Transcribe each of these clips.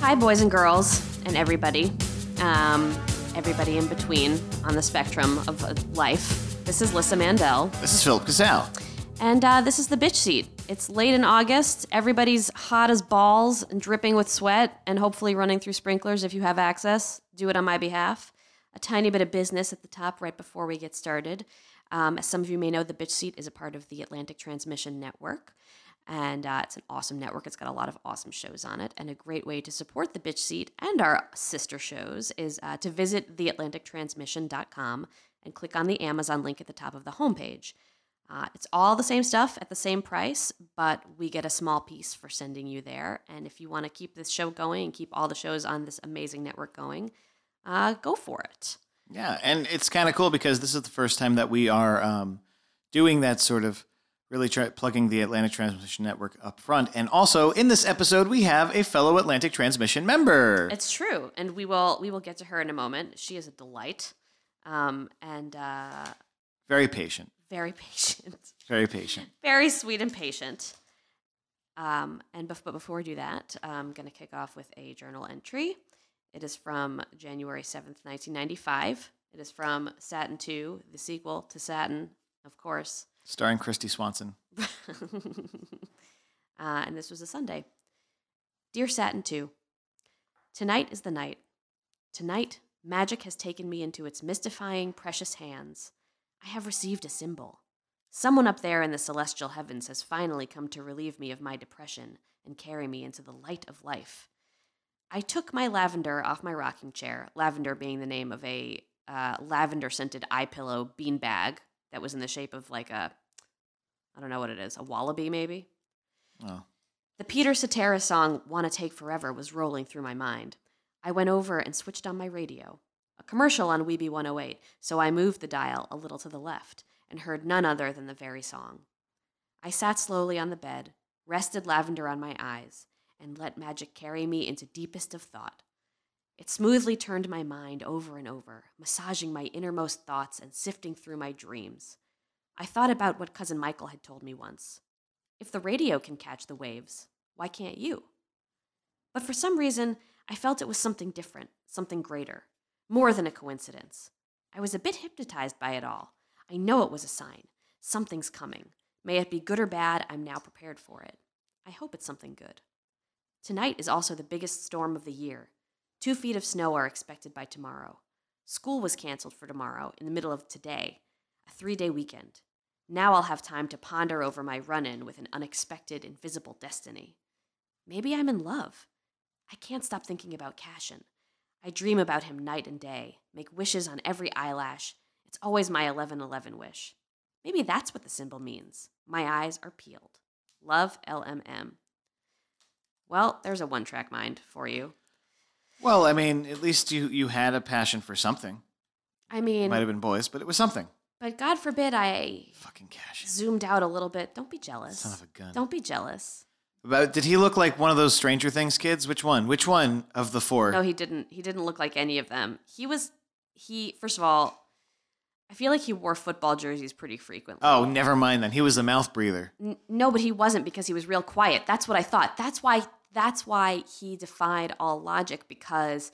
Hi, boys and girls, and everybody, um, everybody in between on the spectrum of uh, life. This is Lissa Mandel, This is Philip Gazelle. and uh, this is the bitch seat. It's late in August. Everybody's hot as balls and dripping with sweat, and hopefully running through sprinklers if you have access. Do it on my behalf. A tiny bit of business at the top right before we get started. Um, as some of you may know, the bitch seat is a part of the Atlantic Transmission Network. And uh, it's an awesome network. It's got a lot of awesome shows on it. And a great way to support the Bitch Seat and our sister shows is uh, to visit theatlantictransmission.com and click on the Amazon link at the top of the homepage. Uh, it's all the same stuff at the same price, but we get a small piece for sending you there. And if you want to keep this show going and keep all the shows on this amazing network going, uh, go for it. Yeah, and it's kind of cool because this is the first time that we are um, doing that sort of really try plugging the Atlantic Transmission Network up front. And also in this episode, we have a fellow Atlantic Transmission member. It's true, and we will we will get to her in a moment. She is a delight, um, and uh, very patient, very patient. very patient. very sweet and patient. Um, and bef- but before we do that, I'm going to kick off with a journal entry. It is from January 7th, 1995. It is from Satin 2, the sequel to Satin, of course. Starring Christy Swanson. uh, and this was a Sunday. Dear Satin 2, tonight is the night. Tonight, magic has taken me into its mystifying, precious hands. I have received a symbol. Someone up there in the celestial heavens has finally come to relieve me of my depression and carry me into the light of life. I took my lavender off my rocking chair, lavender being the name of a uh, lavender scented eye pillow bean bag that was in the shape of like a, I don't know what it is, a wallaby maybe? Oh, The Peter Cetera song, Wanna Take Forever, was rolling through my mind. I went over and switched on my radio. A commercial on Weeby 108, so I moved the dial a little to the left and heard none other than the very song. I sat slowly on the bed, rested lavender on my eyes, and let magic carry me into deepest of thought. It smoothly turned my mind over and over, massaging my innermost thoughts and sifting through my dreams. I thought about what Cousin Michael had told me once. If the radio can catch the waves, why can't you? But for some reason, I felt it was something different, something greater, more than a coincidence. I was a bit hypnotized by it all. I know it was a sign. Something's coming. May it be good or bad, I'm now prepared for it. I hope it's something good. Tonight is also the biggest storm of the year. Two feet of snow are expected by tomorrow. School was canceled for tomorrow in the middle of today, a three day weekend. Now I'll have time to ponder over my run in with an unexpected, invisible destiny. Maybe I'm in love. I can't stop thinking about Cashin. I dream about him night and day, make wishes on every eyelash. It's always my 1111 wish. Maybe that's what the symbol means. My eyes are peeled. Love LMM. Well, there's a one track mind for you. well, I mean, at least you you had a passion for something. I It mean, might have been boys, but it was something. but God forbid I Fucking cash. zoomed out a little bit. Don't be jealous. Son of a gun. Don't be jealous. About, did he look like one of those Stranger Things kids? Which one? Which one of the four? No, he didn't. He didn't look like any of them. He was he first of all, I feel like he wore football jerseys pretty frequently. oh, never mind then. He was the mouth breather. N- no, but he wasn't because he was real quiet. That's what I thought. That's why that's why he defied all logic because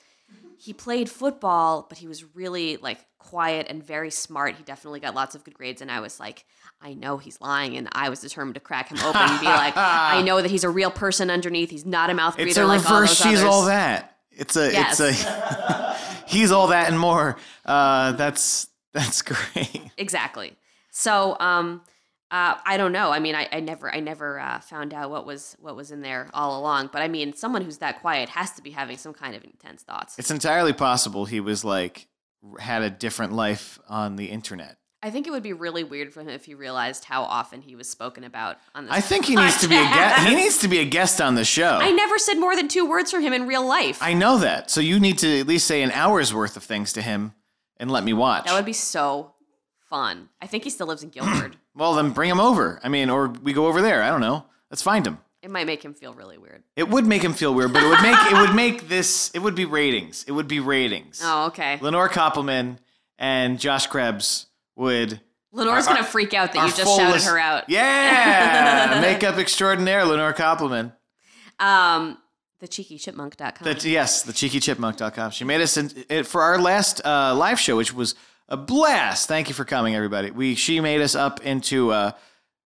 he played football, but he was really like quiet and very smart. He definitely got lots of good grades and I was like, I know he's lying and I was determined to crack him open and be like, I know that he's a real person underneath. He's not a mouth breather It's a like all reverse those she's others. all that. It's a Yes. it's a he's all that and more. Uh that's that's great. exactly so um uh, I don't know. I mean, I, I never, I never uh, found out what was what was in there all along. But I mean, someone who's that quiet has to be having some kind of intense thoughts. It's entirely possible he was like had a different life on the internet. I think it would be really weird for him if he realized how often he was spoken about on this. I think he needs to be a guest. podcast. He needs to be a guest on the show. I never said more than two words from him in real life. I know that. So you need to at least say an hour's worth of things to him and let me watch. that would be so fun. I think he still lives in Guilford. well, then bring him over. I mean, or we go over there. I don't know. Let's find him. it might make him feel really weird. It would make him feel weird, but it would make it would make this it would be ratings. It would be ratings. Oh, okay. Lenore Koppelman and Josh Krebs would. Lenore's our- gonna freak out that our you just full shouted list- her out. Yeah, makeup extraordinaire, Lenore Koppelman. Um, thecheekychipmunk.com. That, yes, thecheekychipmunk.com. She made us in, it, for our last uh, live show, which was a blast. Thank you for coming, everybody. We she made us up into uh,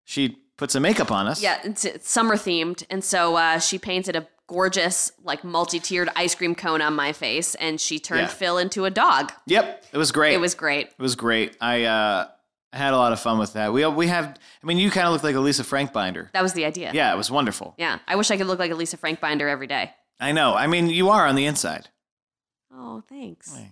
she put some makeup on us. yeah, it's, it's summer themed, and so uh, she painted a gorgeous, like multi-tiered ice cream cone on my face, and she turned Yeah. Phil into a dog. Yep. It was great. It was great. It was great. I uh, had a lot of fun with that. We we have. I mean, you kind of look like Elisa Frank Binder. That was the idea. Yeah, it was wonderful. Yeah. I wish I could look like Elisa Frank Binder every day. I know. I mean, you are on the inside. Oh, thanks. Hey.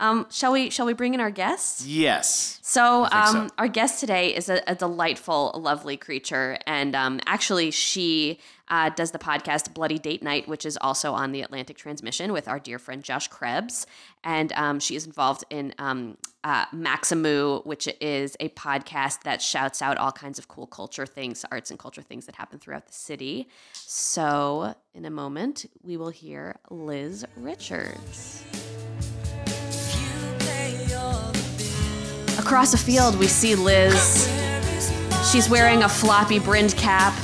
Um, shall we? Shall we bring in our guest? Yes. So, I think um, our guest today is a, a delightful, lovely creature, and um, actually, she uh, does the podcast Bloody Date Night, which is also on the Atlantic Transmission with our dear friend Josh Krebs, and um, she is involved in um, uh, Maximu, which is a podcast that shouts out all kinds of cool culture things, arts and culture things that happen throughout the city. So, in a moment, we will hear Liz Richards. Across a field, we see Liz. She's wearing a floppy brimmed cap.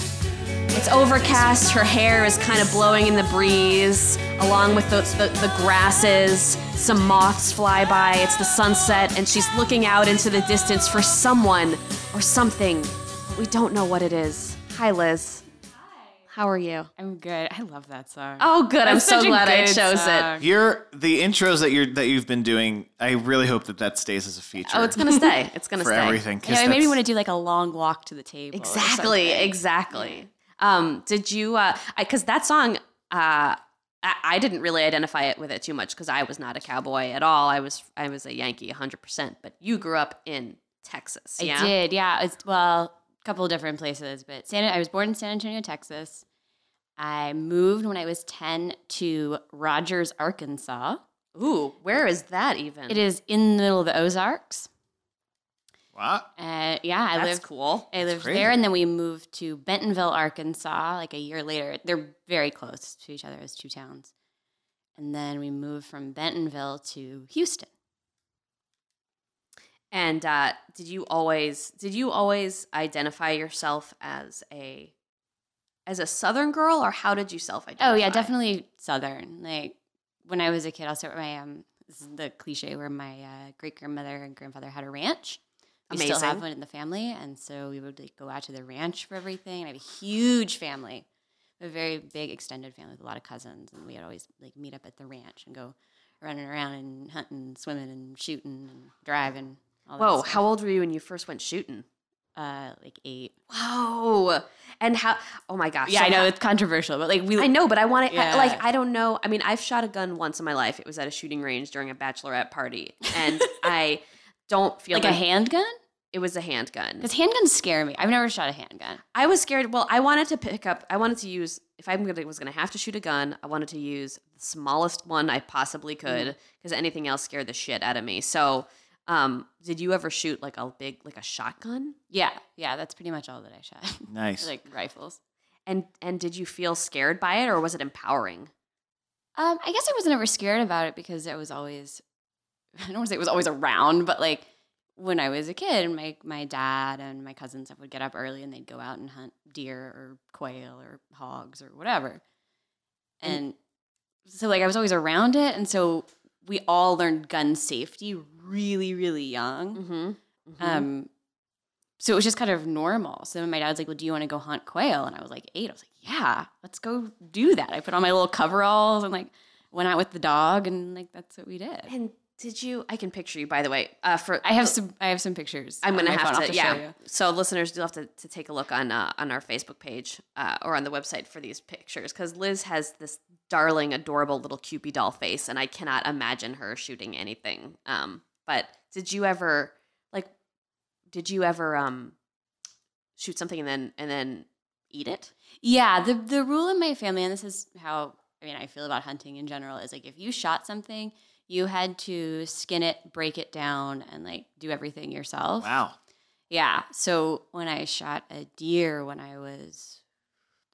It's overcast. Her hair is kind of blowing in the breeze, along with the, the, the grasses. Some moths fly by. It's the sunset, and she's looking out into the distance for someone or something. But we don't know what it is. Hi, Liz. Hi. How are you? I'm good. I love that song. Oh, good. I'm That's so such a glad I good chose it. song. You're the intros that you're that you've been doing. I really hope that that stays as a feature. Oh, it's gonna stay. It's gonna for stay. everything. 'cause Yeah, it made me that's- want to do like a long walk to the table. or Exactly, something. exactly. Um, did you? Because that song, uh, I, I didn't really identify it with it too much because I was not a cowboy at all. I was I was a Yankee, hundred percent. But you grew up in Texas, yeah? I did. Yeah. It's well, a couple of different places, but San. I was born in San Antonio, Texas. I moved when I was ten to Rogers, Arkansas. Ooh, where is that even? It is in the middle of the Ozarks. Wow. Uh, yeah, I That's lived. cool. I lived crazy. there, and then we moved to Bentonville, Arkansas, like a year later. They're very close to each other as two towns. And then we moved from Bentonville to Houston. And uh, did you always did you always identify yourself as a as a Southern girl, or how did you self identify? Oh yeah, definitely southern. Like when I was a kid, also my um, this is the cliche where my uh, great grandmother and grandfather had a ranch. We still Amazing. have one in the family, and so we would like, go out to the ranch for everything. And I have a huge family, a very big extended family with a lot of cousins, and we would always like meet up at the ranch and go running around and hunting, swimming, and shooting, and driving. All that Whoa, stuff. how old were you when you first went shooting? Uh, like eight. Whoa, and how? Oh my gosh! Yeah, I so know how- it's controversial, but like we. I know, but I want to Yeah. like I don't know. I mean, I've shot a gun once in my life. It was at a shooting range during a bachelorette party, and I don't feel like a that- handgun? It was a handgun. Because handguns scare me. I've never shot a handgun. I was scared. Well, I wanted to pick up. I wanted to use if I was going to have to shoot a gun. I wanted to use the smallest one I possibly Mm-hmm. could because anything else scared the shit out of me. So, um, did you ever shoot like a big like a shotgun? Yeah, yeah, that's pretty much all that I shot. Nice. like rifles. And and did you feel scared by it or was it empowering? Um, I guess I was never scared about it because it was always I don't want to say it was always around, but like when I was a kid, my my dad and my cousins and stuff would get up early and they'd go out and hunt deer or quail or hogs or whatever. And so like I was always around it and so we all learned gun safety really, really young. Mm-hmm. Um, so it was just kind of normal. So then my dad's like, "Well, do you want to go hunt quail?" And I was like, eight. I was like, "Yeah, let's go do that." I put on my little coveralls and like went out with the dog, and like that's what we did. Mm-hmm. and did you? I can picture you. By the way, uh, for I have some. I have some pictures. I'm on gonna my phone. have I'll to, show yeah. you. So listeners, you'll have to, to take a look on uh, on our Facebook page uh, or on the website for these pictures because Liz has this darling, adorable little Cupid doll face, and I cannot imagine her shooting anything. Um, but did you ever like? Did you ever um shoot something and then and then eat it? Yeah, the the rule in my family, and this is how I mean I feel about hunting in general, is like if you shot something, you had to skin it, break it down, and like do everything yourself. wow. Yeah. So when I shot a deer when I was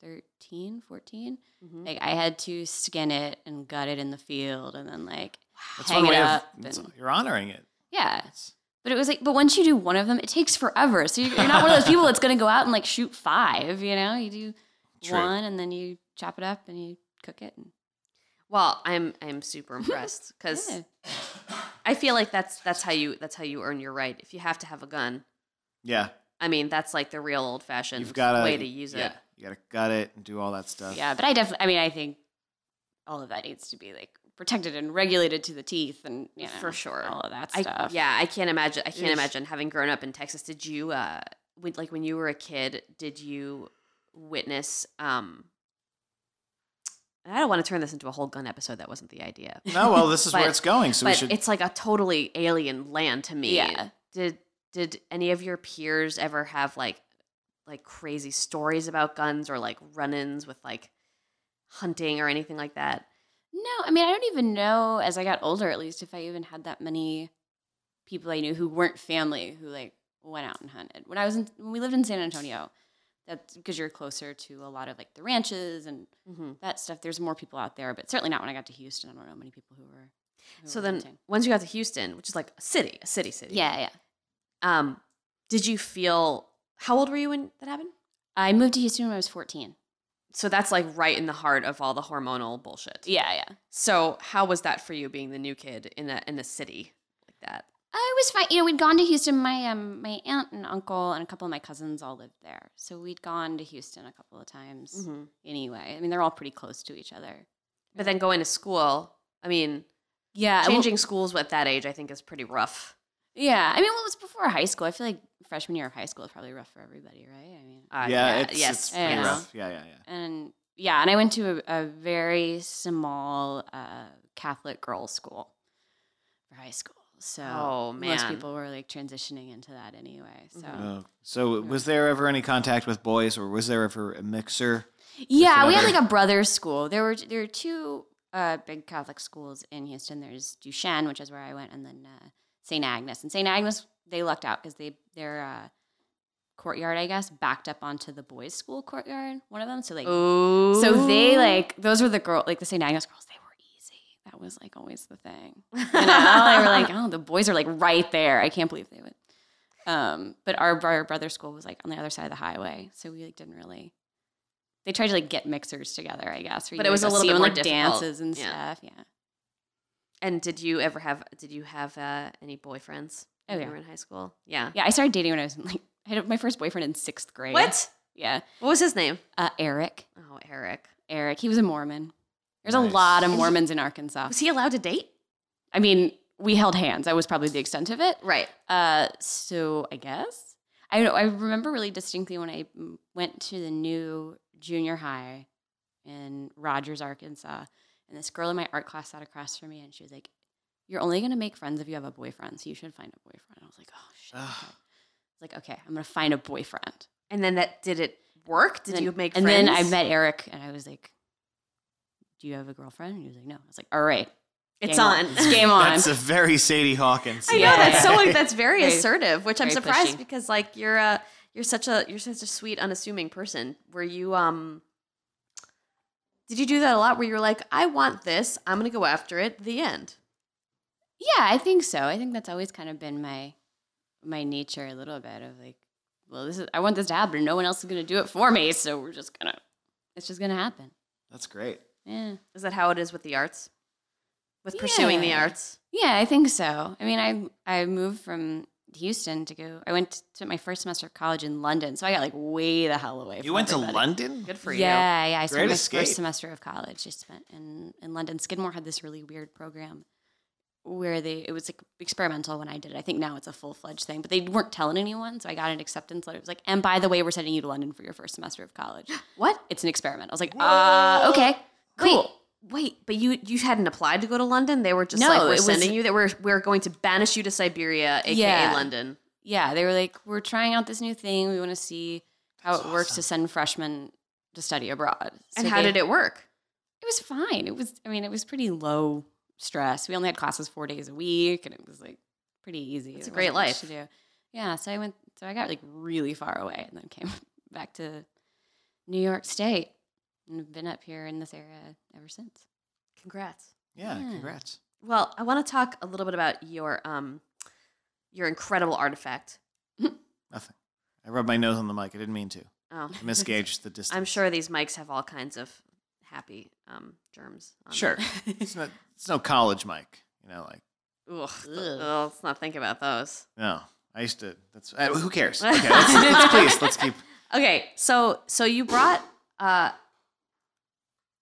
13, 14, Mm-hmm. Mhm. like I had to skin it and gut it in the field and then like That's hang one it way up. of that's- and- you're honoring it. yeah. That's- But it was like, but once you do one of them, it takes forever. So you're, you're not one of those people that's going to go out and like shoot five, you know? You do True. one and then you chop it up and you cook it. And, Well, I'm I'm super impressed because Yeah. I feel like that's that's how you that's how you earn your right. If you have to have a gun, Yeah, I mean that's like the real old fashioned you've got way to use yeah, it. You gotta gut it and do all that stuff. yeah, but I definitely, I mean, I think all of that needs to be like protected and regulated to the teeth and, you know, For sure. all of that I, stuff. yeah, I can't imagine. I can't Oof. imagine having grown up in Texas. Did you, uh, when, like when you were a kid, did you witness? um and I don't want to turn this into a whole gun episode. That wasn't the idea. No, well, this is where But- it's going, so we but should. it's like a totally alien land to me. Yeah. Did did any of your peers ever have like like crazy stories about guns or like run-ins with like hunting or anything like that? No, I mean, I don't even know as I got older, at least, if I even had that many people I knew who weren't family who like went out and hunted. When I was in, when we lived in San Antonio, that's because you're closer to a lot of like the ranches and hmm that stuff. There's more people out there, but certainly not when I got to Houston. I don't know many people who were. who So were then, hunting. once you got to Houston, which is like a city, a city, city. yeah, yeah. Um, did you feel? How old were you when that happened? I moved to Houston when I was 14. So that's like right in the heart of all the hormonal bullshit. Yeah, yeah. So how was that for you, being the new kid in a in the city like that? I was fine. You know, we'd gone to Houston. My um, my aunt and uncle and a couple of my cousins all lived there, so we'd gone to Houston a couple of times. Anyway, I mean, they're all pretty close to each other. But then going to school, I mean, Yeah, well- changing schools at that age, I think, is pretty rough. yeah, I mean, well, it was before high school. I feel like freshman year of high school is probably rough for everybody, right? I mean, Uh, yeah, it's, it's pretty yeah. rough. Yeah, yeah, yeah. and yeah, and I went to a, a very small uh, Catholic girls' school for high school. So Oh, most man. people were like transitioning into that anyway. So Mhm. Oh, so, was there ever any contact with boys, or was there ever a mixer? Yeah, we had another- like a brother's school. There were there were two uh, big Catholic schools in Houston. There's Duchenne, which is where I went, and then uh, St. Agnes. And St. Agnes, they lucked out because they their uh, courtyard, I guess, backed up onto the boys' school courtyard. One of them, so like, Oh, so they like those were the girl like the St. Agnes girls. They were easy. That was like always the thing. You know, they were like, oh, the boys are like right there. I can't believe they would. Um, but our, our brother's school was like on the other side of the highway, so we like didn't really. They tried to like get mixers together, I guess. where But you it was would a go little see bit them, more like difficult. dances and Yeah. stuff. Yeah. and did you ever have? Did you have uh, any boyfriends? Oh, when yeah. you were in high school. Yeah. Yeah, I started dating when I was in, like I had my first boyfriend in sixth grade. What? Yeah, What was his name? uh, Eric. Oh, Eric. Eric. He was a Mormon. There's Nice. a lot of And he- Mormons in Arkansas. Was he allowed to date? I mean, we held hands. That was probably the extent of it. Right. Uh, so I guess I don't know. I remember really distinctly when I mm, went to the new junior high in Rogers, Arkansas, and this girl in my art class sat across from me, and she was like, "You're only gonna make friends if you have a boyfriend, so you should find a boyfriend." And I was like, "Oh shit!" Ugh. okay." I was like, "Okay, I'm gonna find a boyfriend." And then that did it work? Did And then- you make And friends? then I met Eric, and I was like, "Do you have a girlfriend?" And he was like, "No." I was like, "All right, It's game on. It's game on." That's a very Sadie Hawkins. I know Yeah. that's so like that's very, Very- assertive, which I'm very surprised pushy. because like you're a you're such a you're such a sweet, unassuming person. Were you um? Did you do that a lot? Where you were like, I want this, I'm gonna go after it. The end. Yeah, I think so. I think that's always kind of been my my nature a little bit of like, well, this is I want this to happen. No one else is gonna do it for me, so we're just gonna it's just gonna happen. That's great. Yeah. Is that how it is with the arts? With pursuing the Yeah. arts, Yeah, I think so. I mean, I I moved from Houston to go. I went to spent my first semester of college in London, so I got like way the hell away. You from went to everybody. London? good for you. yeah, yeah. I spent Great my escape. first semester of college. I spent in, in London. Skidmore had this really weird program where they it was like experimental when I did it. I think now it's a full fledged thing, but they weren't telling anyone. So I got an acceptance letter. It was like, and by the way, we're sending you to London for your first semester of college. What? It's an experiment. I was like, uh, okay, cool. Wait, but you you hadn't applied to go to London. They were just No, like we're it was- sending you that we're we're going to banish you to Siberia, aka Yeah. London. Yeah, they were like, we're trying out this new thing. We want to see how it works to send freshmen to study abroad. and how did it work? it was fine. It was, I mean, it was pretty low stress. We only had classes four days a week, and it was like pretty easy. It's a There great wasn't much life. to do. Yeah. So I went. So I got like really far away, and then came back to New York State, and have been up here in this area ever since. Congrats. Yeah, Hmm. Yeah. congrats. Well, I want to talk a little bit about your um your incredible artifact. Nothing. I rubbed my nose on the mic. I didn't mean to. Oh, I misgauged the distance. I'm sure these mics have all kinds of happy um, germs. on Sure. it's, not, it's no college mic. You know, like, there. Ugh, ugh, let's not think about those. no. I used to. That's uh, Who cares? Okay. Let's, let's- please, let's keep. Okay, so so you brought. Uh,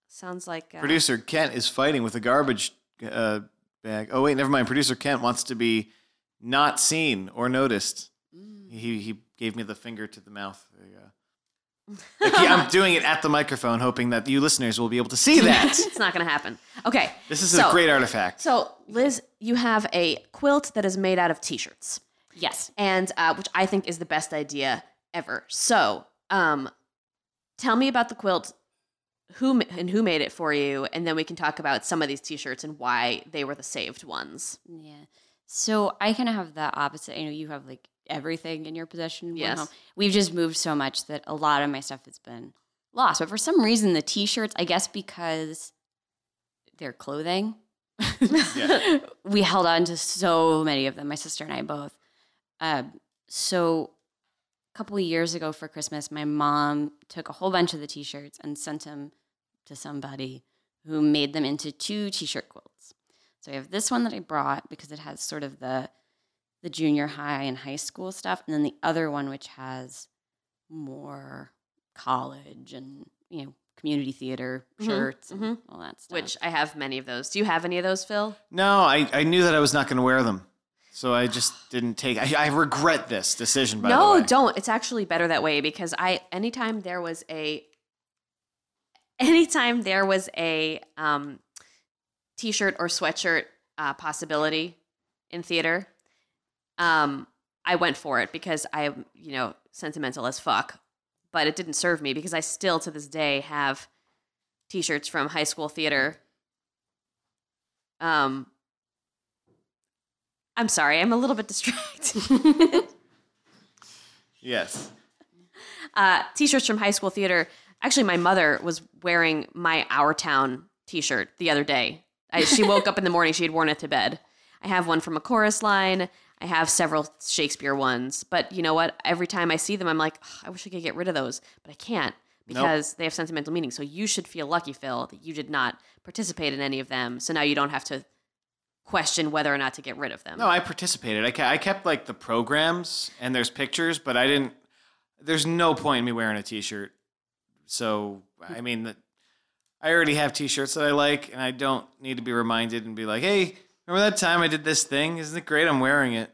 sounds like uh, Producer Kent is fighting with a garbage uh, bag. Oh, wait, never mind. Producer Kent wants to be not seen or noticed. Mm. He, he gave me the finger to the mouth. There you go. Like, yeah, I'm doing it at the microphone, hoping that you listeners will be able to see that. it's not going to happen. Okay, This is So- a great artifact. so Liz, you have a quilt that is made out of T-shirts. Yes. and uh, which I think is the best idea ever. So, um, tell me about the quilt, who ma- and who made it for you, and then we can talk about some of these T-shirts and why they were the saved ones. Yeah. So I kind of have the opposite. I know you have like everything in your possession. when Yes. home. We've just moved so much that a lot of my stuff has been lost. But for some reason, the t shirts, I guess because they're clothing, Yeah. we held on to so many of them, my sister and I both. Um, so a couple of years ago for Christmas, my mom took a whole bunch of the t shirts and sent them to somebody who made them into two t shirt quilts. So I have this one that I brought because it has sort of the the junior high and high school stuff, and then the other one which has more college and you know community theater Mhm, shirts and mhm. all that stuff. Which I have many of those. Do you have any of those, Phil? No, I, I knew that I was not going to wear them. So I just didn't take I, I regret this decision, by the way. no, don't. It's actually better that way because I anytime there was a anytime there was a um t-shirt or sweatshirt uh possibility in theater, um I went for it because I am, you know, sentimental as fuck, but it didn't serve me because I still to this day have t-shirts from high school theater. Um I'm sorry, I'm a little bit distracted. Yes. uh, t-shirts from high school theater. Actually, my mother was wearing my Our Town t-shirt the other day. I, she woke up in the morning; she had worn it to bed. I have one from a chorus line. I have several Shakespeare ones, but you know what? Every time I see them, I'm like, "Ugh, I wish I could get rid of those, but I can't because they have sentimental meaning. So you should feel lucky, Phil, that you did not participate in any of them. So now you don't have to question whether or not to get rid of them. No, I participated. I, ke- I kept like the programs and there's pictures, but I didn't. There's no point in me wearing a T-shirt. So I mean, that- I already have T-shirts that I like, and I don't need to be reminded and be like, "Hey, remember that time I did this thing? Isn't it great? I'm wearing it."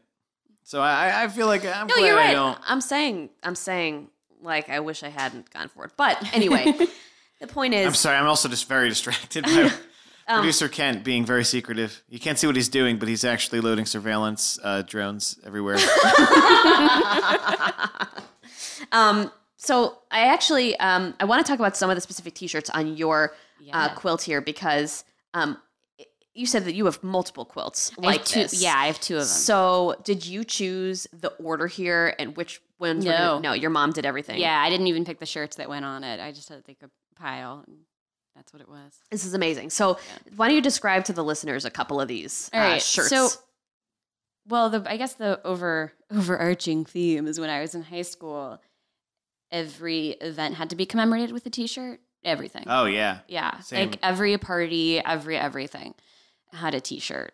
So I, I- I feel like I'm No, glad you're I right. don't. I'm saying, I'm saying, like, I wish I hadn't gone for it. But anyway, the point I'm is, sorry. I'm also just very distracted by Um, producer Kent being very secretive. You can't see what he's doing, but he's actually loading surveillance uh, drones everywhere. um, so I actually, um, I want to talk about some of the specific T-shirts on your uh, Yeah. quilt here because, um, i- you said that you have multiple quilts I have like two, this. yeah, I have two of them. So did you choose the order here and which ones? were No. gonna- no, your mom did everything. yeah, I didn't even pick the shirts that went on it. I just had like a pile. And that's what it was. this is amazing. So why don't you describe to the listeners a couple of these All uh, right, shirts? so- Well, the I guess the over overarching theme is when I was in high school, every event had to be commemorated with a T-shirt. Everything. oh yeah. Yeah. Same. Like every party, every everything had a t shirt.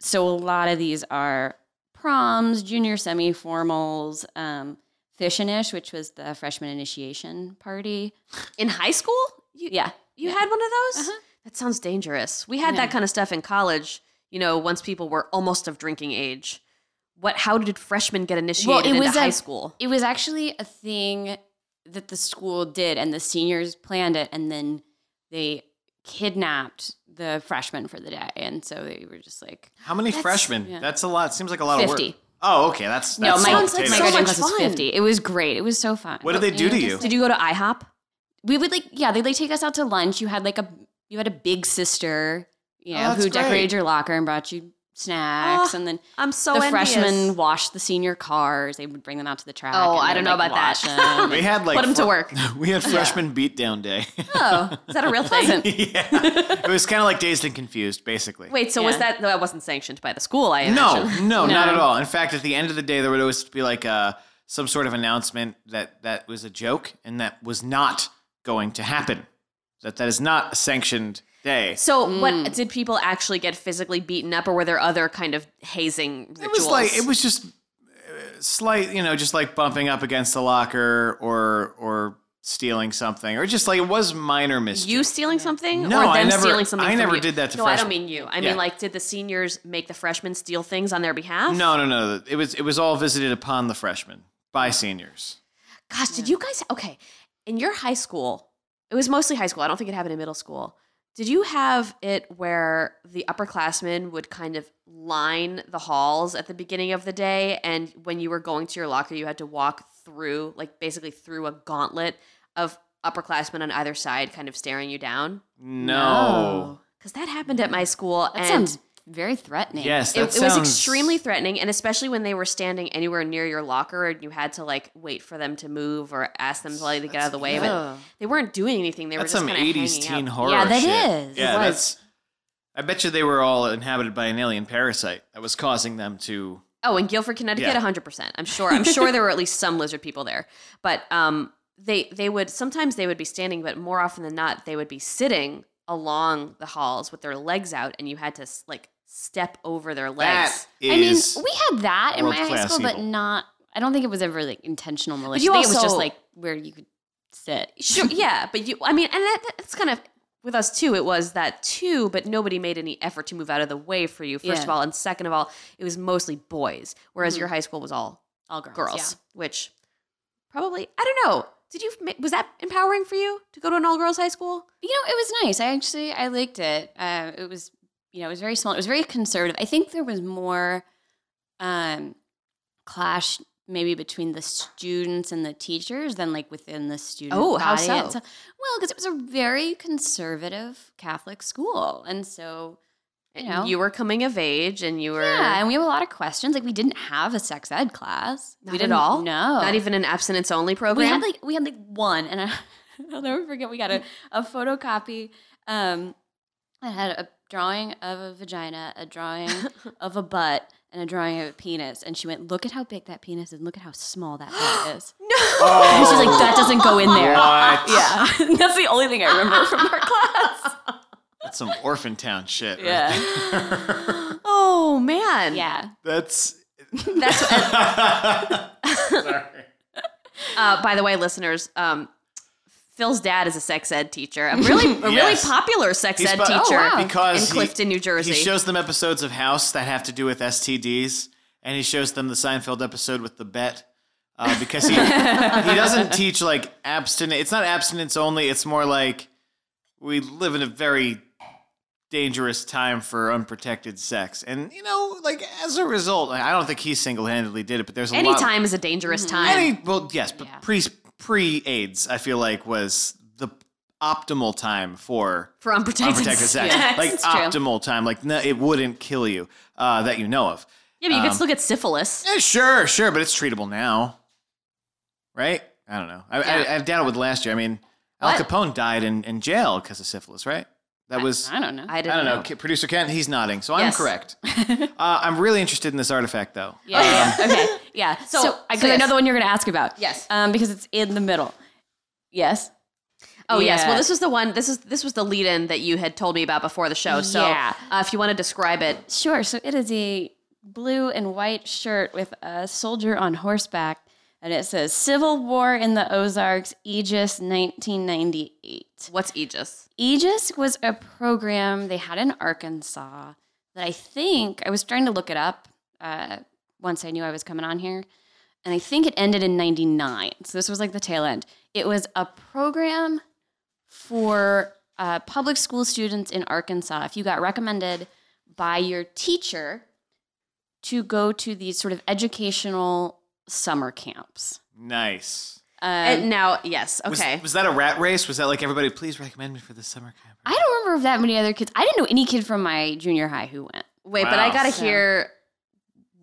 So a lot of these are proms, junior semi formals, um, fish and ish, which was the freshman initiation party. in high school, you, Yeah. You Yeah. had one of those? Uh-huh. That sounds dangerous. We had Yeah. that kind of stuff in college, you know, once people were almost of drinking age. What how did freshmen get initiated Well, it into was a- high school? It was actually a thing that the school did and the seniors planned it and then they kidnapped the freshmen for the day. And so they were just like How many That's- freshmen? yeah. That's a lot. Seems like a lot of 50. work. Oh, okay. That's, that's my- all it Sounds like takes. so graduating much class was fun. 50. It was great. It was so fun. What did they do know, to just you? Did you go to IHOP? we would like yeah they like take us out to lunch you had like a you had a big sister you Oh, know that's who great. decorated your locker and brought you snacks Oh, and then I'm so the envious. freshmen washed the senior cars they would bring them out to the track Oh, and I they don't would, know like, about that. wash them. we had like Put 'em to fre- work. We had freshman beatdown day. oh Is that a real thing? pleasant yeah, it was kind of like dazed and confused, basically. Wait, so was Yeah. that that wasn't sanctioned by the school, I no, imagine. no, not No. at all. In fact, at the end of the day, there would always be like uh, some sort of announcement that that was a joke and that was not going to happen. That that is not a sanctioned day. So, what Mm. did people actually get physically beaten up, or were there other kind of hazing rituals? It was like it was just uh, slight, you know, just like bumping up against the locker or or stealing something or just like it was minor mischief. you stealing something, No, or them I never- stealing something. I from never you? did that to No, I don't freshmen. mean you. I Yeah. mean like, did the seniors make the freshmen steal things on their behalf? no, no, no. It was it was all visited upon the freshmen by seniors. Gosh, did you guys? Okay, in your high school, it was mostly high school. I don't think it happened in middle school. Did you have it where the upperclassmen would kind of line the halls at the beginning of the day, and when you were going to your locker, you had to walk through, like basically through a gauntlet of upperclassmen on either side, kind of staring you down? No. Because that happened at my school, That and sounds very threatening. Yes, that it, it was sounds- extremely threatening, and especially when they were standing anywhere near your locker, and you had to like wait for them to move or ask them to like, to get out of the way. But Ugh. they weren't doing anything; they were That's just some kind of eighties hanging teen out. horror. Yeah, that shit. is. It Yeah, was. that's I bet you they were all inhabited by an alien parasite that was causing them to Oh, in Guilford, Connecticut, Yeah. hundred percent. I'm sure. I'm sure there were at least some lizard people there, but um, they they would sometimes they would be standing, but more often than not, they would be sitting along the halls with their legs out, and you had to like step over their legs. That I mean, is we had that in my high world-class school, but evil. not. I don't think it was ever like intentional malicious. you I think it was just also- like where you could sit. Sure, yeah, but you, I mean, and that, that's kind of with us too. It was that too, but nobody made any effort to move out of the way for you, first Yeah. of all. And second of all, it was mostly boys, Mm-hmm. whereas your high school was all All girls. girls, which probably, I don't know. Did you, ma- was that empowering for you to go to an all girls high school? You know, it was nice. I actually I liked it. Uh, it was you know it was very small. It was very conservative. I think there was more um, clash maybe between the students and the teachers than like within the student. Oh, how body so? itself. Well, because it was a very conservative Catholic school, and so you know You were coming of age and you were yeah, and we have a lot of questions. Like we didn't have a sex ed class. Not we at didn't all? No, not even an abstinence only program. we had like we had like one, and I, I'll never forget. We got a, a photocopy um, that had a drawing of a vagina, a drawing of a butt, and a drawing of a penis. And she went, "Look at how big that penis is. and Look at how small that butt is." no. And she's like, "That doesn't go in there." What? Yeah, that's the only thing I remember from our class. That's some orphan town shit. right Yeah. there. Oh, man. Yeah, That's That's what, Sorry. Uh, by the way, listeners, um, Phil's dad is a sex ed teacher, a really, a really Yes. popular sex He's ed bu- teacher Oh, wow. because in Clifton, New Jersey. He shows them episodes of House that have to do with STDs, and he shows them the Seinfeld episode with the bet. Uh, because he he doesn't teach like abstinence. It's not abstinence only. It's more like we live in a very dangerous time for unprotected sex, and you know, like as a result, I I don't think he single handedly did it. But there's a Any lot. time is a dangerous Mm-hmm. time. Any well, yes, but Yeah. pre pre AIDS, I feel like was the optimal time for for unprotected, unprotected sex, Yeah, like uh, it's true. optimal time, like no, it wouldn't kill you uh, that you know of. yeah, but you um, could still get syphilis. Eh, sure, sure, but it's treatable now, right? I don't know. I, I, I doubt it would last year. I mean, Al What? Capone died in, in jail because of syphilis, right? That was I don't know. I I, didn't don't know. know. K- Producer Kent, he's nodding, so Yes. I'm correct. uh, I'm really interested in this artifact, though. Yeah. Um, yeah. okay. Yeah. Um, So, So- I, so cause I know yes. the one you're going to ask about. Yes. Um, because it's in the middle. Yes. Oh yes, Yeah. well this was the one. This is this was the lead-in that you had told me about before the show. So Yeah. uh, if you want to describe it, Sure. So it is a blue and white shirt with a soldier on horseback, and it says Civil War in the Ozarks, Aegis 1998. what's Aegis? Aegis was a program they had in Arkansas that I think I was trying to look it up uh, once I knew I was coming on here. And I think it ended in 99. So this was like the tail end. It was a program for uh, public school students in Arkansas. If you got recommended by your teacher to go to these sort of educational summer camps. Nice. Um, And now, yes, Was, okay. was that a rat race? Was that like everybody? Please recommend me for the summer camp. I don't remember if that many other kids. I didn't know any kid from my junior high who went. Wait, but I Wow. gotta So- hear.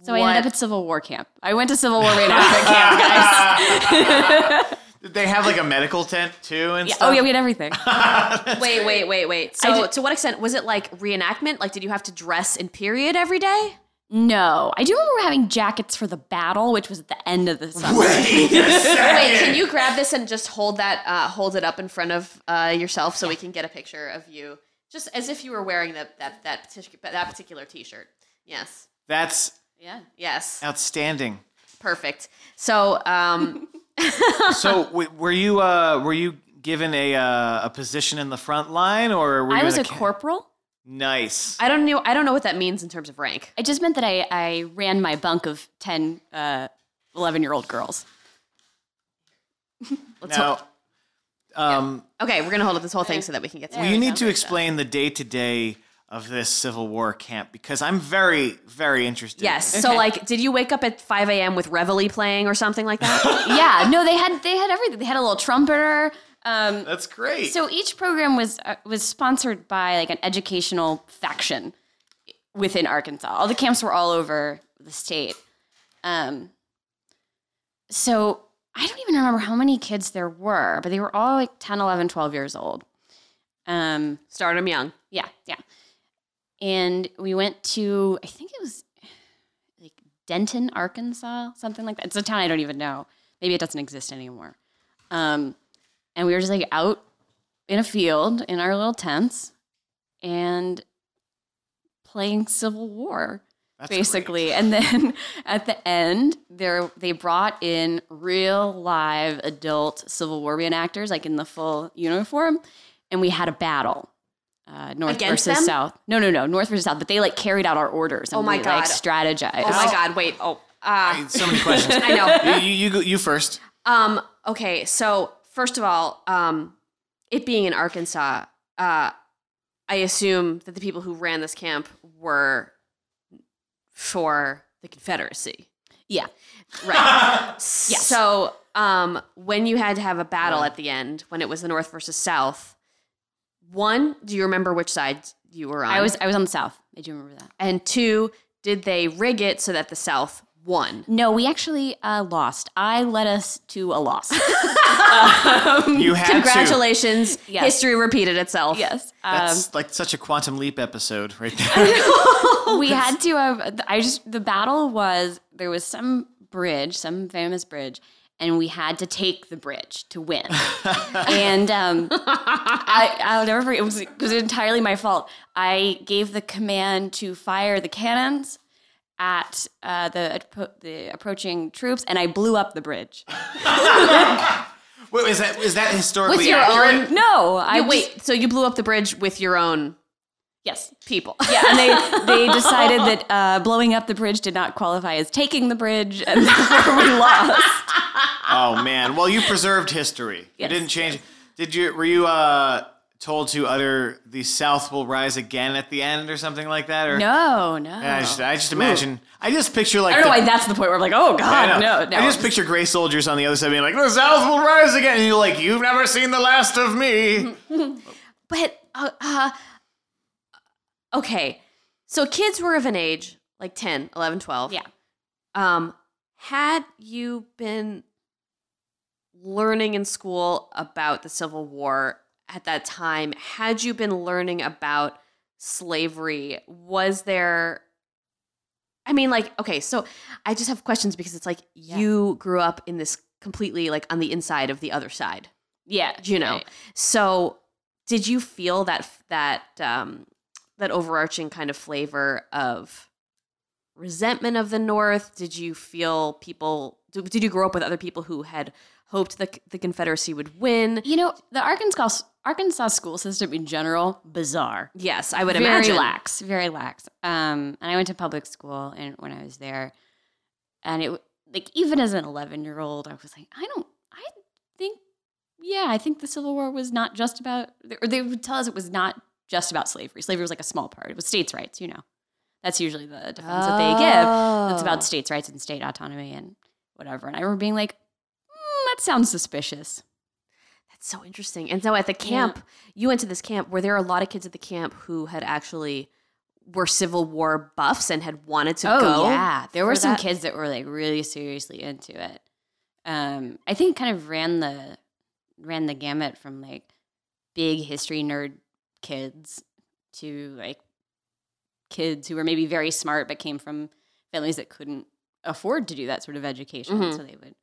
So I ended what- up at Civil War camp. I went to Civil War reenactment camp, guys. Did they have like a medical tent too? And Yeah, stuff? oh yeah, we had everything. Wait, wait, wait, wait. I So did- to what extent was it like reenactment? Like, did you have to dress in period every day? No, I do remember having jackets for the battle, which was at the end of the summer. Wait, can you grab this and just hold that, uh, hold it up in front of uh, yourself so we can get a picture of you, just as if you were wearing that that that, partic- that particular T-shirt. Yes, That's Yeah. yes, outstanding. perfect. So, um, So w- were you uh, were you given a uh, a position in the front line or were you I in was a ca- corporal. Nice. I don't know, I don't know what that means in terms of rank. I just meant that I, I ran my bunk of 10, uh, 11 year old girls. Let's Now, hold- um, okay, we're gonna hold up this whole thing so that we can get. to There it. you we need go. to explain the day to day of this Civil War camp because I'm very very interested. Yes. So, like, did you wake up at 5 a.m. with Reveille playing or something like that? yeah, no, they had they had everything. They had a little trumpeter. Um, that's great. so each program was uh, was sponsored by like an educational faction within Arkansas. All the camps were all over the state. Um, so I don't even remember how many kids there were, but they were all like 10, 11, 12 years old. Um, Start 'em young. yeah, yeah. And we went to I think it was like Denton, Arkansas, something like that. It's a town I don't even know. Maybe it doesn't exist anymore. Um, and we were just like out in a field in our little tents and playing Civil War That's great. basically. And then at the end, there they brought in real live adult Civil War reenactors, like in the full uniform, and we had a battle. Uh, north Against versus them? south. No, no, no. North versus south. But they like carried out our orders. And Oh my we, God. Like strategized. Oh my God! Wait. Oh. Uh, so many questions. I know. you, you you go you first. Um, okay, so first of all, um, it being in Arkansas, uh, I assume that the people who ran this camp were for the Confederacy. Yeah. Right. Yes. So um, when you had to have a battle at the end, when it was the North versus South, one, do you remember which side you were on? I was I was on the south. I do remember that. and two, did they rig it so that the South won? No, we actually uh, lost. I led us to a loss. Um, You had to. Congratulations. Yes. History repeated itself. yes. Um, That's like such a quantum leap episode right there. we had to um, i just the battle was there was some bridge some famous bridge and we had to take the bridge to win and um, I, i'll never forget it was, it was entirely my fault i gave the command to fire the cannons at uh, the, the approaching troops and i blew up the bridge Wait, is that is that historically With your accurate? own no i You- just- wait, so you blew up the bridge with your own yes people. yeah, and they, they decided that uh, blowing up the bridge did not qualify as taking the bridge, and therefore we lost. Oh man! Well, you preserved history. You Yes. didn't change. Did you? Were you uh, told to utter "the South will rise again" at the end or something like that? Or No, no. I just, I just imagine. I just picture like. I don't know the- why that's the point where I'm like, oh I god, know. no, no. I just picture gray soldiers on the other side being like, "The South will rise again," and you're like, "You've never seen the last of me." but uh, uh, okay. So kids were of an age like 10, 11, 12. yeah. Um had you been learning in school about the Civil War at that time, had you been learning about slavery, was there I mean like okay, so I just have questions because it's like Yeah. you grew up in this completely like on the inside of the other side. Yeah. you know right. so did you feel that that um that overarching kind of flavor of resentment of the north did you feel people did did you grow up with other people who had hoped the the confederacy would win You know, the Arkansas Arkansas school system in general, bizarre. yes i would very imagine lax, very lax. Um, and I went to public school and when I was there, and it w- like even as an eleven year old, I was like, I don't, I think, yeah, I think the Civil War was not just about, or they would tell us it was not just about slavery. Slavery was like a small part. It was states' rights, you know. That's usually the defense that they give. It's Oh. about states' rights and state autonomy and whatever. And I remember being like, mm, that sounds suspicious. That's so interesting. And so at the camp, you went to this camp. Were there a lot of kids at the camp who had actually were Civil War buffs and had wanted to go? Oh, yeah, there were for some that? kids that were like really seriously into it. Um, I think it kind of ran the ran the gamut from like big history nerd kids to like kids who were maybe very smart but came from families that couldn't afford to do that sort of education, Mhm. so they would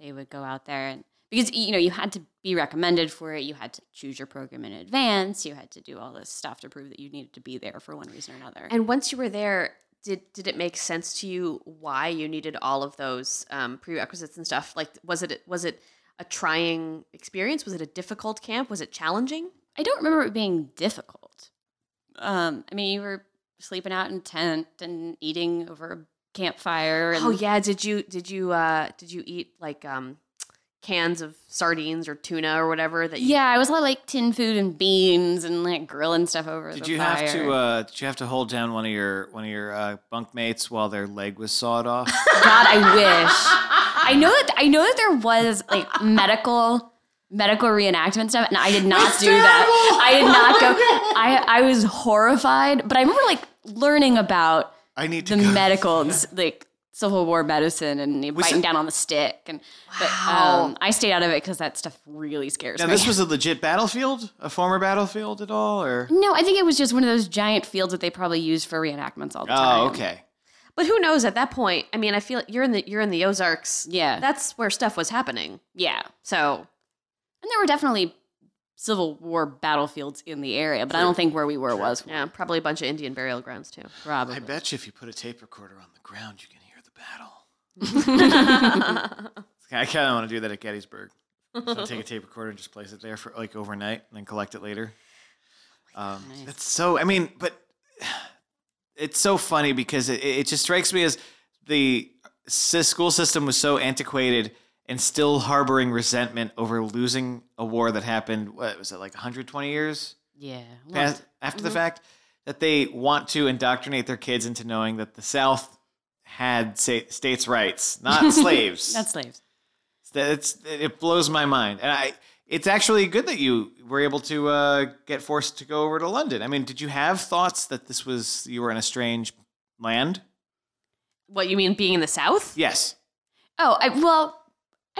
they would go out there and because y- you know you had to be recommended for it, you had to choose your program in advance, you had to do all this stuff to prove that you needed to be there for one reason or another. And once you were there, did did it make sense to you why you needed all of those um, prerequisites and stuff? Like, was it was it a trying experience? Was it a difficult camp? Was it challenging? I don't remember it being difficult. Um, I mean, you were sleeping out in a tent and eating over a campfire. And Oh yeah, did you did you uh, did you eat like um, cans of sardines or tuna or whatever that? You, Yeah, it was a lot of like tin food and beans and like grilling stuff over Did the you fire. have to? Uh, did you have to hold down one of your one of your uh, bunk mates while their leg was sawed off? God, I wish. I know that I know that there was like medical medical reenactment stuff, and I did not do that. I did not Oh go. I I was horrified, but I remember like learning about I need to the go. medical s- like Civil War medicine and Was biting it- down on the stick. And but Wow. um, I stayed out of it because that stuff really scares Now me. this was a legit battlefield, a former battlefield at all, or no, I think it was just one of those giant fields that they probably use for reenactments all the time. oh, okay. But who knows? At that point, I mean, I feel you're in the you're in the Ozarks. Yeah, That's where stuff was happening. yeah. So And there were definitely Civil War battlefields in the area, but I don't think where we were was yeah, probably a bunch of Indian burial grounds too. probably. I bet you if you put a tape recorder on the ground, you can hear the battle. I kind of want to do that at Gettysburg. Just wanna take a tape recorder and just place it there for like overnight, and then collect it later. um, Nice. That's so. I mean, but it's so funny because it, it just strikes me as the sys- school system was so antiquated and still harboring resentment over losing a war that happened. What was it like 120 years? yeah. past, after Mm-hmm. the fact that they want to indoctrinate their kids into knowing that the South had sa- states' rights, not slaves. That's slaves. That's it blows my mind, and I. It's actually good that you were able to uh, get forced to go over to London. I mean, did you have thoughts that this was you were in a strange land? What you mean being in the South? Yes, Oh, I, well, I don't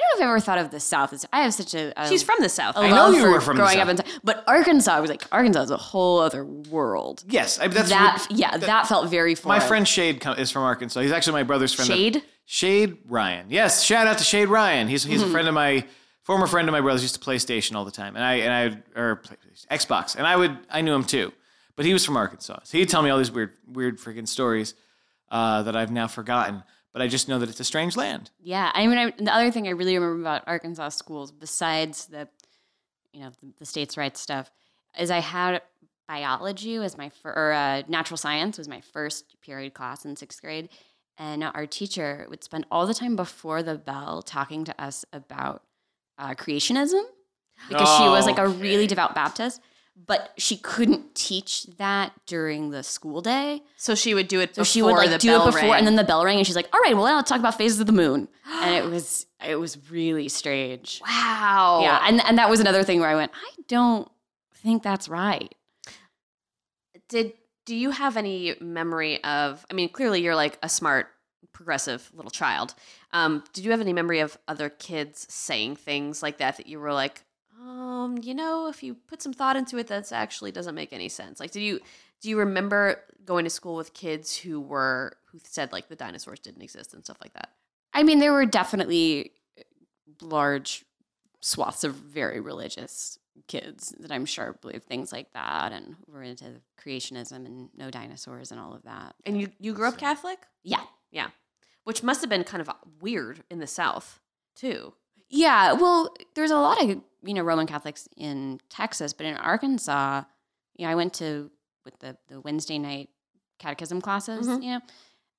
know if I've ever thought of the South as. I have such a. a She's from the South. Um, a I know love you for were from the growing South. up in. But Arkansas was like Arkansas is a whole other world. yes. I, that's that what- yeah, that, felt very my foreign. friend Shade co- is from Arkansas. He's actually my brother's friend. that- Shade. Shade Ryan. Yes, shout out to Shade Ryan. He's he's a Mm-hmm. friend of my former friend of my brother's used to play PlayStation all the time, and I and I or PlayStation, Xbox, and I would I knew him too, but he was from Arkansas. So he'd tell me all these weird weird freaking stories uh, that I've now forgotten, but I just know that it's a strange land. Yeah, I mean, I, the other thing I really remember about Arkansas schools, besides the, you know, the, the states' rights stuff, is I had biology was my fir- or uh, natural science was my first period class in sixth grade, and our teacher would spend all the time before the bell talking to us about uh, creationism because she was like a really Okay. devout Baptist, but she couldn't teach that during the school day. So she would do it. So Before she would like the do bell it before, rang. and then the bell rang, and she's like, "All right, well, I'll talk about phases of the moon." And it was it was really strange. wow. Yeah, and and that was another thing where I went, I don't think that's right. did do you have any memory of? I mean, clearly you're like a smart, progressive little child. Um, did you have any memory of other kids saying things like that that you were like, um, you know, if you put some thought into it, that's actually doesn't make any sense. Like, did you do you remember going to school with kids who were who said like the dinosaurs didn't exist and stuff like that? I mean, there were definitely uh, large swaths of very religious kids that I'm sure believed things like that and were into creationism and no dinosaurs and all of that. And you you grew up Catholic, Yeah. which must have been kind of weird in the South too. Yeah, well, there's a lot of you know Roman Catholics in Texas, but in Arkansas, you know, I went to with the the Wednesday night catechism classes, Mhm. you know,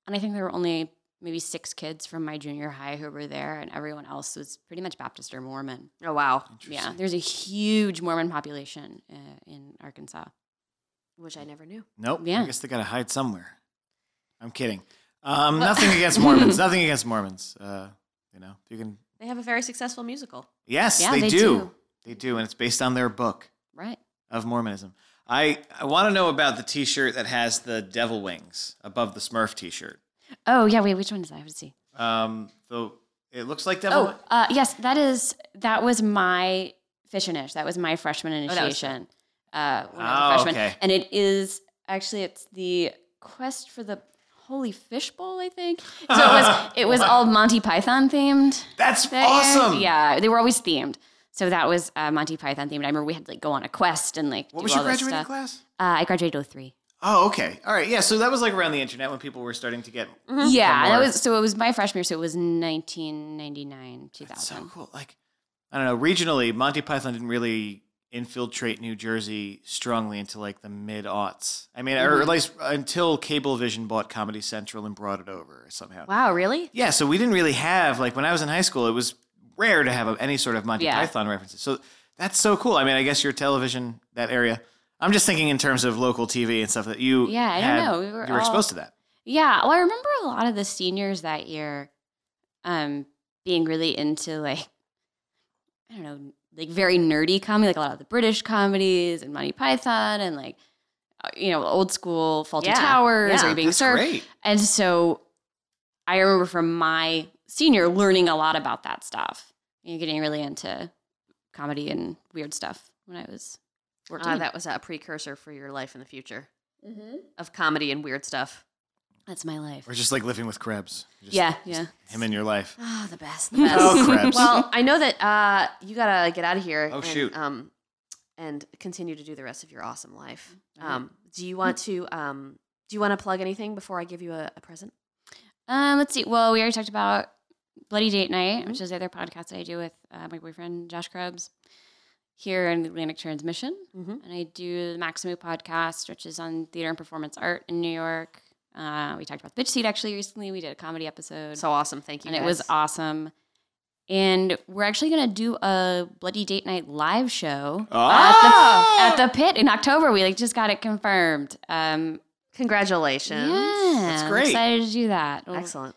and I think there were only maybe six kids from my junior high who were there, and everyone else was pretty much Baptist or Mormon. Oh wow, Yeah, Interesting. there's a huge Mormon population uh, in Arkansas. which I never knew. Nope. I Yeah. guess they got to hide somewhere. I'm kidding. Um, nothing against Mormons. Nothing against Mormons. Uh, you know, if you can. They have a very successful musical. Yes, Yeah, they, they do. do. They do, and it's based on their book. Right. of Mormonism. I, I want to know about the T-shirt that has the devil wings above the Smurf T-shirt. Oh yeah. Wait, which one is that? I have to see. Um, the it looks like devil. Oh, uh, yes, that is that was my fish and ish. That was my freshman that was- initiation uh, when I Oh, was a freshman, okay. and it is actually it's the quest for the Holy Fishbowl, I think. So it was it was all Monty Python themed. That's that year. awesome. Yeah, they were always themed. So that was uh, Monty Python themed. I remember we had to like go on a quest and like What do was all your this graduating stuff. class? Uh, I graduated 03. Oh, okay. All right. Yeah. So that was like around the internet when people were starting to get Mm-hmm. Yeah, that more. was so it was my freshman year, so it was 1999, 2000. so cool. Like, I don't know. Regionally, Monty Python didn't really infiltrate New Jersey strongly until like the mid aughts. I mean, Mm-hmm. or at least until Cablevision bought Comedy Central and brought it over somehow. Wow, really? Yeah. So we didn't really have like when I was in high school, it was rare to have any sort of Monty Yeah. Python references. So that's so cool. I mean, I guess your television that area. I'm just thinking in terms of local TV and stuff that you Yeah, I don't had- know. We were you were all- exposed to that. Yeah. Well, I remember a lot of the seniors that year um, being really into like, I don't know, like very nerdy comedy, like a lot of the British comedies and Monty Python and like, uh, you know, old school Faulty Yeah, Towers yeah. or Being That's Served. great. And so I remember from my senior learning a lot about that stuff, you know, getting really into comedy and weird stuff when I was working. Ah, that was a precursor for your life in the future of comedy and weird stuff. That's my life. Or just like living with Krebs. Just- yeah. just Yeah. Him in your life. Oh, the best, the best. Oh, Krebs. well, I know that uh, you gotta get out of here. Oh, and, shoot. Um, and continue to do the rest of your awesome life. All right. Um, do you want to? Um, do you want to plug anything before I give you a, a present? Um, let's see. Well, we already talked about Bloody Date Night, which Mm-hmm. is the other podcast that I do with uh, my boyfriend Josh Krebs here in the Atlantic Transmission, Mhm. and I do the Maximu podcast, which is on theater and performance art in New York. Uh, we talked about the Bitch Seat actually recently. We did a comedy episode, So awesome! Thank you. and it was guys. awesome. And we're actually going to do a Bloody Date Night live show Ah! at, the, at the Pit in October. We like just got it confirmed. Um, Congratulations! yeah, That's I'm great. excited to do that. It'll- Excellent.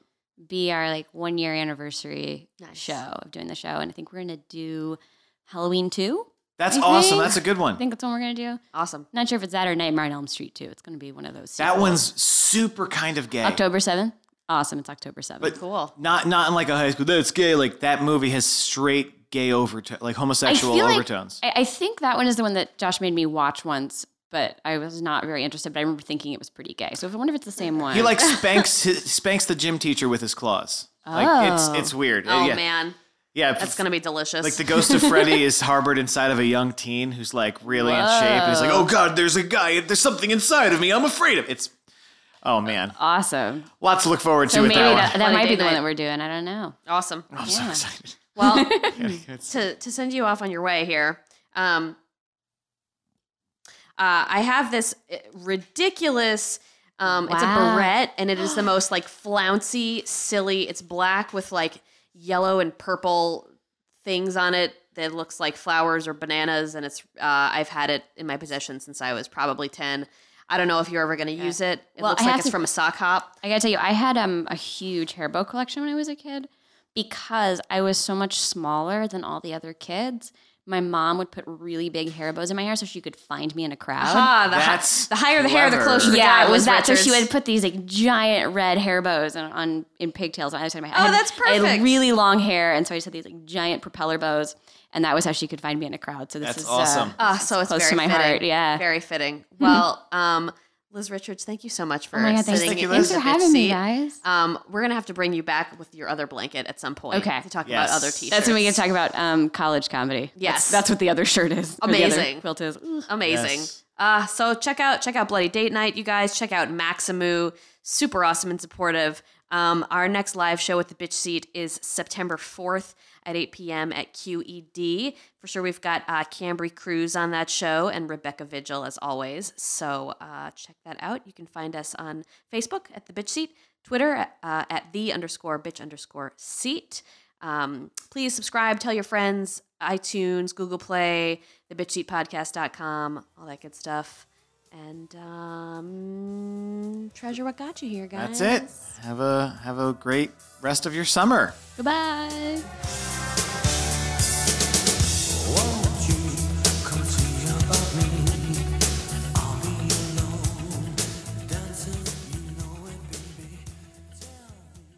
be our like one year anniversary Nice. show of doing the show. And I think we're gonna do Halloween two. That's I awesome. think- That's a good I one. think that's one we're gonna do. Awesome. Not sure if it's that or Nightmare on Elm Street too. It's gonna be one of those. That sequels. one's super kind of gay. October seventh. Awesome. It's October seventh. But- Cool. Not not in like a high school. That's gay. Like that movie has straight gay overtones, like homosexual like- overtones. I, I think that one is the one that Josh made me watch once, but I was not very interested. But I remember thinking it was pretty gay. So I wonder if it's the same one. he like spanks his, spanks the gym teacher with his claws. Like Oh. it's it's weird. Oh yeah. man, Yeah. that's gonna be delicious. like the ghost of Freddy is harbored inside of a young teen who's like really in shape, and he's like, "Oh God, there's a guy. There's something inside of me. I'm afraid of." It's, oh man, awesome. lots to look forward to So with maybe that one. that, that Bloody might be Date the one Night. that we're doing. I don't know. awesome. I'm Yeah. so excited. Well, It's- to to send you off on your way here. Um, uh, I have this uh, ridiculous. Um, It's a Wow. beret, and it is the most like flouncy, silly. It's black with like yellow and purple things on it that looks like flowers or bananas, and it's. Uh, I've had it in my possession since I was probably ten. I don't know if you're ever going to use it. It Well, looks I like have it's to- from a sock hop. I gotta tell you, I had um a huge hair bow collection when I was a kid because I was so much smaller than all the other kids. My mom would put really big hair bows in my hair so she could find me in a crowd. Ah, the, hi- That's the higher the hair, the clever. closer the Yeah, guy it was that. Richards. So she would put these like giant red hair bows on, on in pigtails on either side of my head. Oh, I had- that's I perfect. had really long hair, and so I just had these like giant propeller bows, and that was how she could find me in a crowd. So this That's is awesome. Uh, Ah, so it's close very to my fitting. heart, yeah. very fitting. Well, um, Liz Richards, thank you so much for oh my god, thanks, sitting Thank you, in Liz. thanks the for bitch having me, seat. guys. Um, we're gonna have to bring you back with your other blanket at some point. Okay. to talk Yes. about other That's t-shirts. That's when we can talk about um, college comedy. That's- Yes. that's, what the other shirt is. or the other Amazing. quilt is. Amazing. Yes. Uh, so check out check out Bloody Date Night, you guys. Check out Maximu, super awesome and supportive. Um, our next live show at the Bitch Seat is September fourth at eight p.m. at QED. For sure, we've got uh, Cambry Cruz on that show and Rebecca Vigil as always. So uh, check that out. You can find us on Facebook at the Bitch Seat, Twitter uh, at the underscore bitch underscore seat. Um, please subscribe, tell your friends, iTunes, Google Play, thebitchseatpodcast.com, all that good stuff. And um, treasure what got you here, guys. That's it. Have a have a great rest of your summer. Goodbye. Won't you come sing about me? I'll be alone, dancing, you know it, baby. Tell me.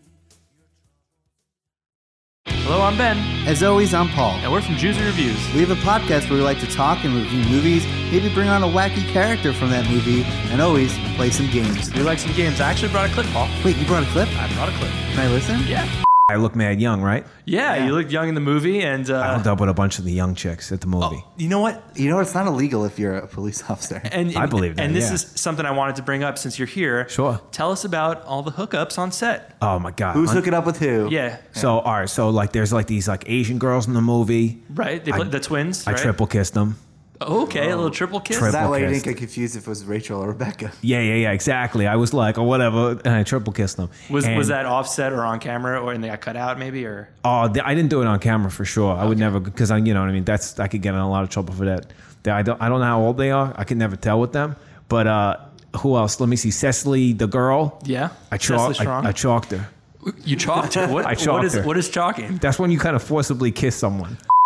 Well, Hello, I'm Ben, As always, I'm Paul. and we're from Juicy Reviews. We have a podcast where we like to talk and review movies, maybe bring on a wacky character from that movie, and always play some games. We like some games. I actually brought a clip, Paul. Wait, you brought a clip? I brought a clip. Can I listen? Yeah. I look mad young, right? Yeah, you looked young in the movie, and I uh, hooked up with a bunch of the young chicks Oh. at the movie. you know what? You know, it's not illegal if you're a police officer. And I believe that, And this yeah. is something I wanted to bring up since you're here. Sure. Tell us about all the hookups on set. Oh, my god. Who's Un- hooking up with Oh. who? Yeah. So all right, so like there's like these like Asian girls in the movie. Right. They I- play, the twins. I right? Oh, triple kissed them. Okay, a little triple kiss. Triple- That way you didn't Podcast. get confused if it was Rachel or Rebecca. Yeah, yeah, yeah, exactly. I was like, or whatever, and I triple kissed them. Was And- was that offset or on camera, or and they got cut out maybe, or Oh, th- I didn't do it on camera for sure. I would never because I, you know what I mean. That's I could get in a lot of trouble for that. That I don't, I don't know how old they are. I can never tell with them. But uh, who else? Let me see. Cecily, the girl. yeah? I Cecily chalked. Strong? I, I chalked her. you chalked. her. What, I chalked what is her. what is chalking? That's when you kind of forcibly kiss someone.